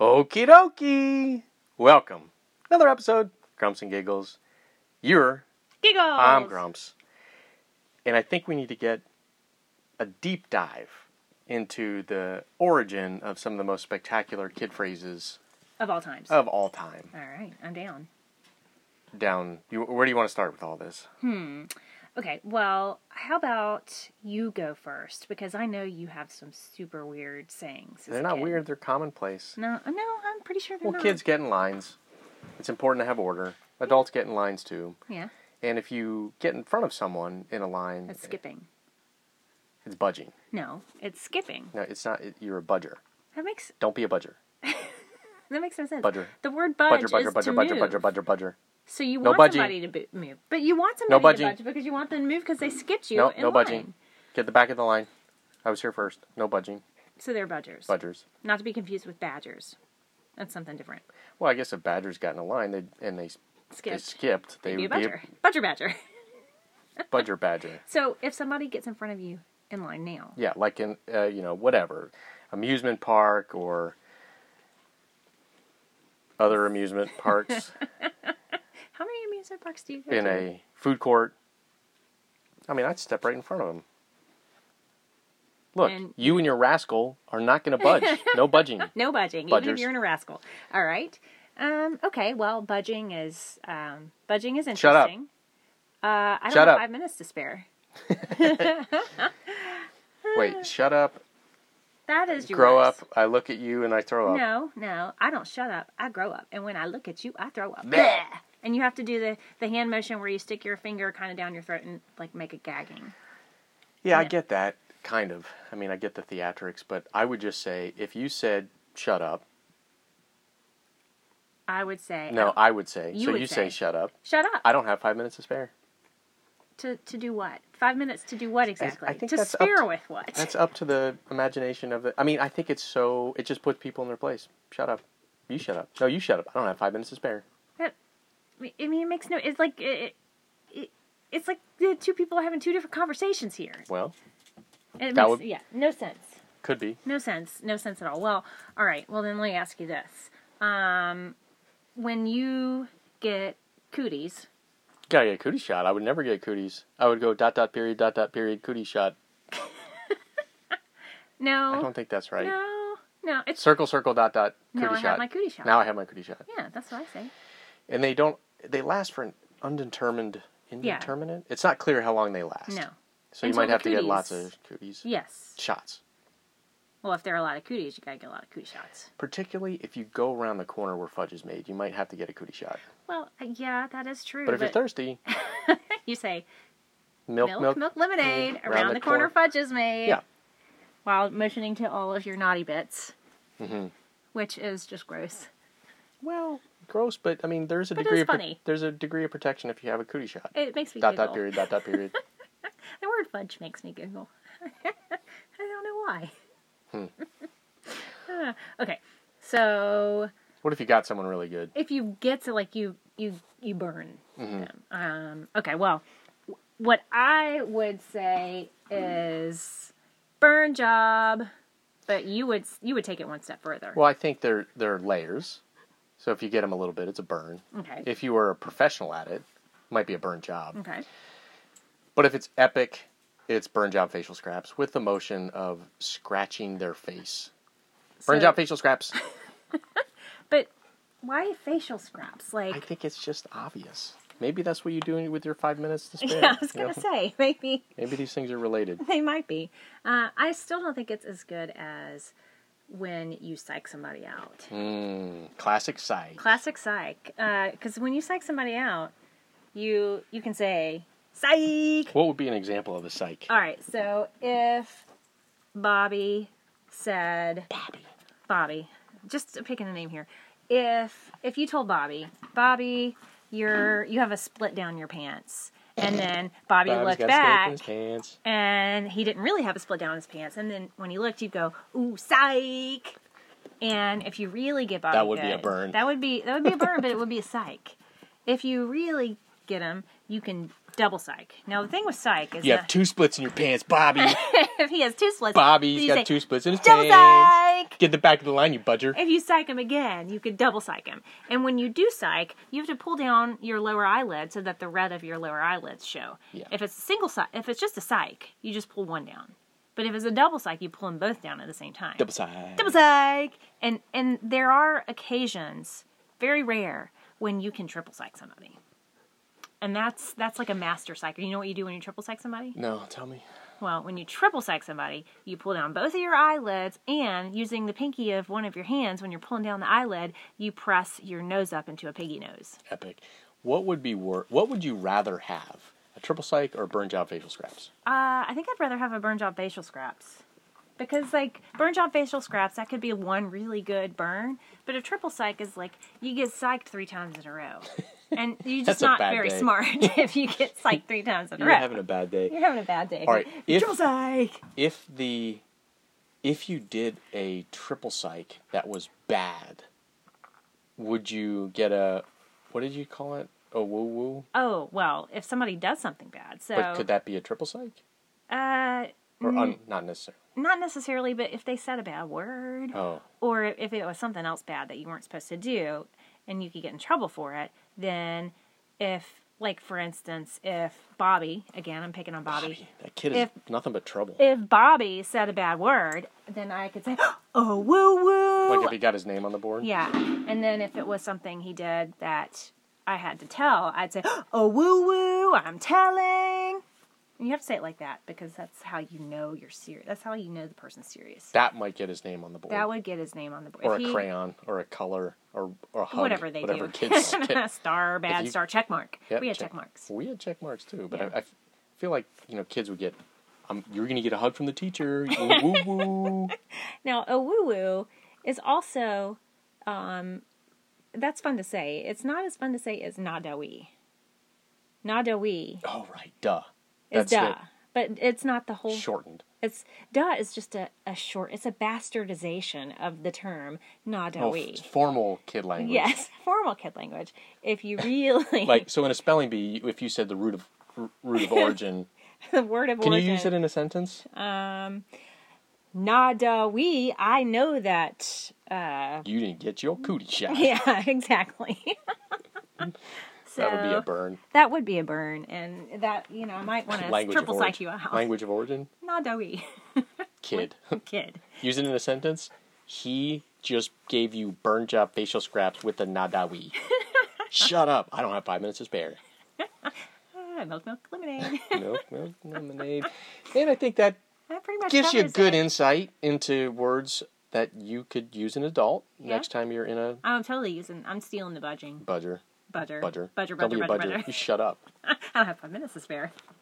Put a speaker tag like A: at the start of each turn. A: Okie dokie. Welcome. Another episode, Grumps and Giggles. You're
B: Giggles.
A: I'm Grumps. And I think we need to get a deep dive into the origin of some of the most spectacular kid phrases
B: Of all times.
A: of all time.
B: All right, I'm down.
A: Down, you, where do you want to start with all this?
B: Hmm. Okay, well, how about you go first? Because I know you have some super weird sayings. as
A: They're
B: a
A: not
B: kid.
A: weird, they're commonplace.
B: No, uh, no, I'm pretty sure they're
A: Well,
B: Mm, not.
A: kids get in lines. It's important to have order. Adults get in lines too.
B: Yeah,
A: And if you get in front of someone in a line,
B: that's skipping.
A: it's budging.
B: No, it's skipping.
A: No, it's not. It, you're a budger.
B: That makes
A: Don't be a budger.
B: that makes no sense.
A: Budger.
B: The word budge
A: Budger,
B: is
A: budger,
B: to
A: budger, budger,
B: move.
A: budger, budger, budger.
B: So you
A: No
B: want
A: budgie.
B: somebody to bo- move, but you want
A: No
B: somebody to
A: budgie.
B: budge because you want them to move because they skipped you.
A: No,
B: in
A: no
B: line.
A: budging. Get the back of the line. I was here first. No budging.
B: So they're budgers.
A: Budgers.
B: Not to be confused with badgers. That's something different.
A: Well, I guess if badgers got in a line they, and they, they
B: Skipped.
A: skipped, they
B: They'd be a
A: would
B: budger. Budger badger.
A: be a budger badger.
B: So if somebody gets in front of you in line now,
A: Yeah, like in, uh, you know, whatever. Amusement park or other amusement parks
B: how many amusement parks do you go
A: in
B: to?
A: a food court. I mean, I'd step right in front of them. Look,
B: And-
A: you and your rascal are not going to budge. No budging.
B: no budging, even
A: Budgers.
B: if you're in a rascal. All right. Um, okay. Well, budging is um, budging is
A: Shut up.
B: interesting. Uh, I don't
A: Shut
B: have
A: up.
B: five minutes to spare.
A: Wait, shut up.
B: That is your
A: grow up. I look at you and I throw up.
B: No, no, I don't shut up. I grow up, and when I look at you, I throw up.
A: Bleh.
B: And you have to do the the hand motion where you stick your finger kind of down your throat and like make a gagging.
A: Yeah, I
B: Yeah.
A: get that kind of. I mean, I get the theatrics, but I would just say if you said shut up,
B: I would say
A: no, I would say.
B: You
A: so
B: would
A: you
B: say.
A: shut up.
B: Shut up.
A: I don't have 5 minutes to spare.
B: to to do what? Five minutes to do what exactly?
A: think
B: to
A: that's up
B: spare
A: to-
B: with what?
A: That's up to the imagination of the I mean, I think it's so it just puts people in their place. Shut up. You shut up. No, you shut up. I don't have 5 minutes to spare.
B: That, I mean, it makes no. It's like it, it, it's like the two people are having two different conversations here.
A: Well, That
B: It makes,
A: would-
B: yeah, no sense.
A: could be.
B: No sense. No sense at all. Well, all right. Well, then let me ask you this: um, When you get cooties,
A: Gotta get a cootie shot. I would never get cooties. I would go dot dot period dot dot period cootie shot. I
B: no,
A: don't think that's right.
B: no, no. It's
A: Circle circle dot dot cootie
B: now I
A: shot.
B: have my cootie shot.
A: Now I have my cootie shot.
B: yeah, that's what I say.
A: and they don't they last for an undetermined indeterminate it's not clear how long they last
B: No.
A: so you
B: Until
A: might
B: the
A: have to get
B: cooties.
A: lots of cooties
B: Yes.
A: shots
B: Well, if there are a lot of cooties, you gotta get a lot of cootie shots.
A: particularly if you go around the corner where fudge is made you might have to get a cootie shot
B: Well, uh, yeah, that is true.
A: but if you're thirsty
B: you say
A: milk Mm-hmm.
B: milk, milk, lemonade. Around, the, corner, fudge is made.
A: Yeah.
B: While motioning to all of your naughty bits,
A: Mm-hmm.
B: which is just gross.
A: well gross but i mean there's a
B: But
A: degree
B: it's
A: of pro-
B: funny.
A: there's a degree of protection if you have a cootie shot
B: It makes me
A: dot
B: giggle.
A: dot period dot dot period
B: The word fudge makes me giggle. I don't know why.
A: Hmm.
B: Uh, okay, so
A: what if you got someone really good
B: if you get to like you you you burn
A: Mm-hmm.
B: them. Um, okay, well, w- what I would say is burn job, but you would s- you would take it one step further.
A: well i think they're they're layers so if you get them a little bit it's a burn
B: okay.
A: if you were a professional at it might be a burn job
B: Okay.
A: But if it's epic, it's burn job facial scraps with the motion of scratching their face. Burn
B: So-
A: job facial scraps.
B: But why facial scraps?
A: I
B: Like,
A: think it's just obvious. Maybe that's what you're doing with your five minutes to spare.
B: yeah, I was
A: you know?
B: gonna say maybe
A: Maybe these things are related.
B: they might be. Uh, I still don't think it's as good as when you psych somebody out.
A: Mm, classic side.
B: Classic psych, because when you psych somebody out, you you can say psych.
A: What would be an example of a psych?
B: All right, so if Bobby said
A: Bobby.
B: Bobby, just picking a name here. If if you told Bobby, Bobby, you're you have a split down your pants, and then Bobby
A: Bobby's
B: looked
A: got a snake in
B: back
A: his pants.
B: and he didn't really have a split down his pants, and then when he looked, you'd go, "Ooh, psych!" And if you really get Bobby,
A: That would be a
B: good,
A: burn.
B: That would be that would be a burn, but it would be a psych. If you really get him, you can double psych. Now the thing with psych is
A: You have
B: that
A: two splits in your pants, Bobby.
B: if he has two splits,
A: Bobby,
B: then
A: he's
B: you say,
A: got two splits in his
B: double
A: pants.
B: psych.
A: Get the back of the line, you budger.
B: If you psych him again, you could double psych him. And when you do psych, you have to pull down your lower eyelid so that the red of your lower eyelids show.
A: Yeah.
B: If it's a single psych, if it's just a psych, you just pull one down. But if it's a double psych, you pull them both down at the same time.
A: Double side.
B: Double psych. And and there are occasions, very rare, when you can triple psych somebody. And that's that's like a master psych. You know what you do when you triple psych somebody?
A: No, tell me.
B: Well, when you triple sack somebody, you pull down both of your eyelids, and using the pinky of one of your hands, when you're pulling down the eyelid, you press your nose up into a piggy nose.
A: Epic. What would be wor- What would you rather have? A triple psych or a burn job facial scraps?
B: Uh, I think I'd rather have a burn job facial scraps. Because, like, burn job facial scraps, that could be one really good burn. But a triple psych is like you get psyched three times in a row. And you're
A: That's
B: just
A: a
B: not
A: bad
B: very
A: day.
B: smart if you get psyched three times in a
A: You're
B: row.
A: having a bad day.
B: you're having a bad day.
A: All right, if-
B: triple psych!
A: if the if you did a triple psych that was bad, would you get a what did you call it? A woo woo?
B: Oh, well, if somebody does something bad. So,
A: But could that be a triple psych?
B: uh,
A: Or un, not necessarily.
B: not necessarily, but if they said a bad word,
A: Oh,
B: or if it was something else bad that you weren't supposed to do, and you could get in trouble for it, then if, like for instance, if Bobby, again, I'm picking on Bobby,
A: Bobby, that kid is
B: If-
A: nothing but trouble.
B: if Bobby said a bad word, then I could say, oh woo woo,
A: like if he got his name on the board.
B: yeah, and then if it was something he did that I had to tell, I'd say, oh woo woo, I'm telling. And you have to say it like that because that's how you know you're serious. That's how you know the person's serious.
A: That might get his name on the board.
B: That would get his name on the board.
A: or a
B: If he-
A: crayon, or a color, or or a hug.
B: Whatever they
A: whatever
B: do.
A: Kids get.
B: star, bad
A: you-
B: star, check mark.
A: Yep,
B: we had check, marks.
A: We had check marks too, but
B: Yeah.
A: I, I f- feel like you know kids would get. Um, you're gonna get a hug from the teacher. Woo woo.
B: Now, a woo woo is also, um, that's fun to say. It's not as fun to say as nadawi. Nadawi
A: Oh right, duh. That's
B: is da,
A: it.
B: but it's not the whole.
A: shortened.
B: It's da is just a, a short. It's a bastardization of the term
A: Oh,
B: nadawi.
A: f- formal kid language.
B: yes, formal kid language. If you really
A: Like so in a spelling bee, if you said the root of r- root of origin,
B: the word of
A: can
B: origin. Uh,
A: you use it in a sentence?
B: nadawi, I know that
A: you didn't get your cootie shot.
B: Yeah, exactly. so
A: That would be a burn.
B: That would be a burn, and that you know I might want to
A: Language
B: triple
A: of
B: psych
A: origin.
B: you out.
A: Language of origin.
B: Not doughy,
A: Kid.
B: kid.
A: use it in a sentence. He just gave you burn job facial scraps with the nadawi. Shut up! I don't have five minutes to spare.
B: Ah, milk, milk, lemonade.
A: Milk, milk, lemonade. And I think that
B: That pretty much
A: gives you a
B: covers
A: good
B: it.
A: insight into words that you could use an adult next time you're in a
B: I'm totally using. I'm stealing the budging.
A: budger.
B: Budger.
A: Budger.
B: Budger. Budger.
A: Don't be a
B: Budger. budger.
A: You shut up.
B: I don't have five minutes to spare.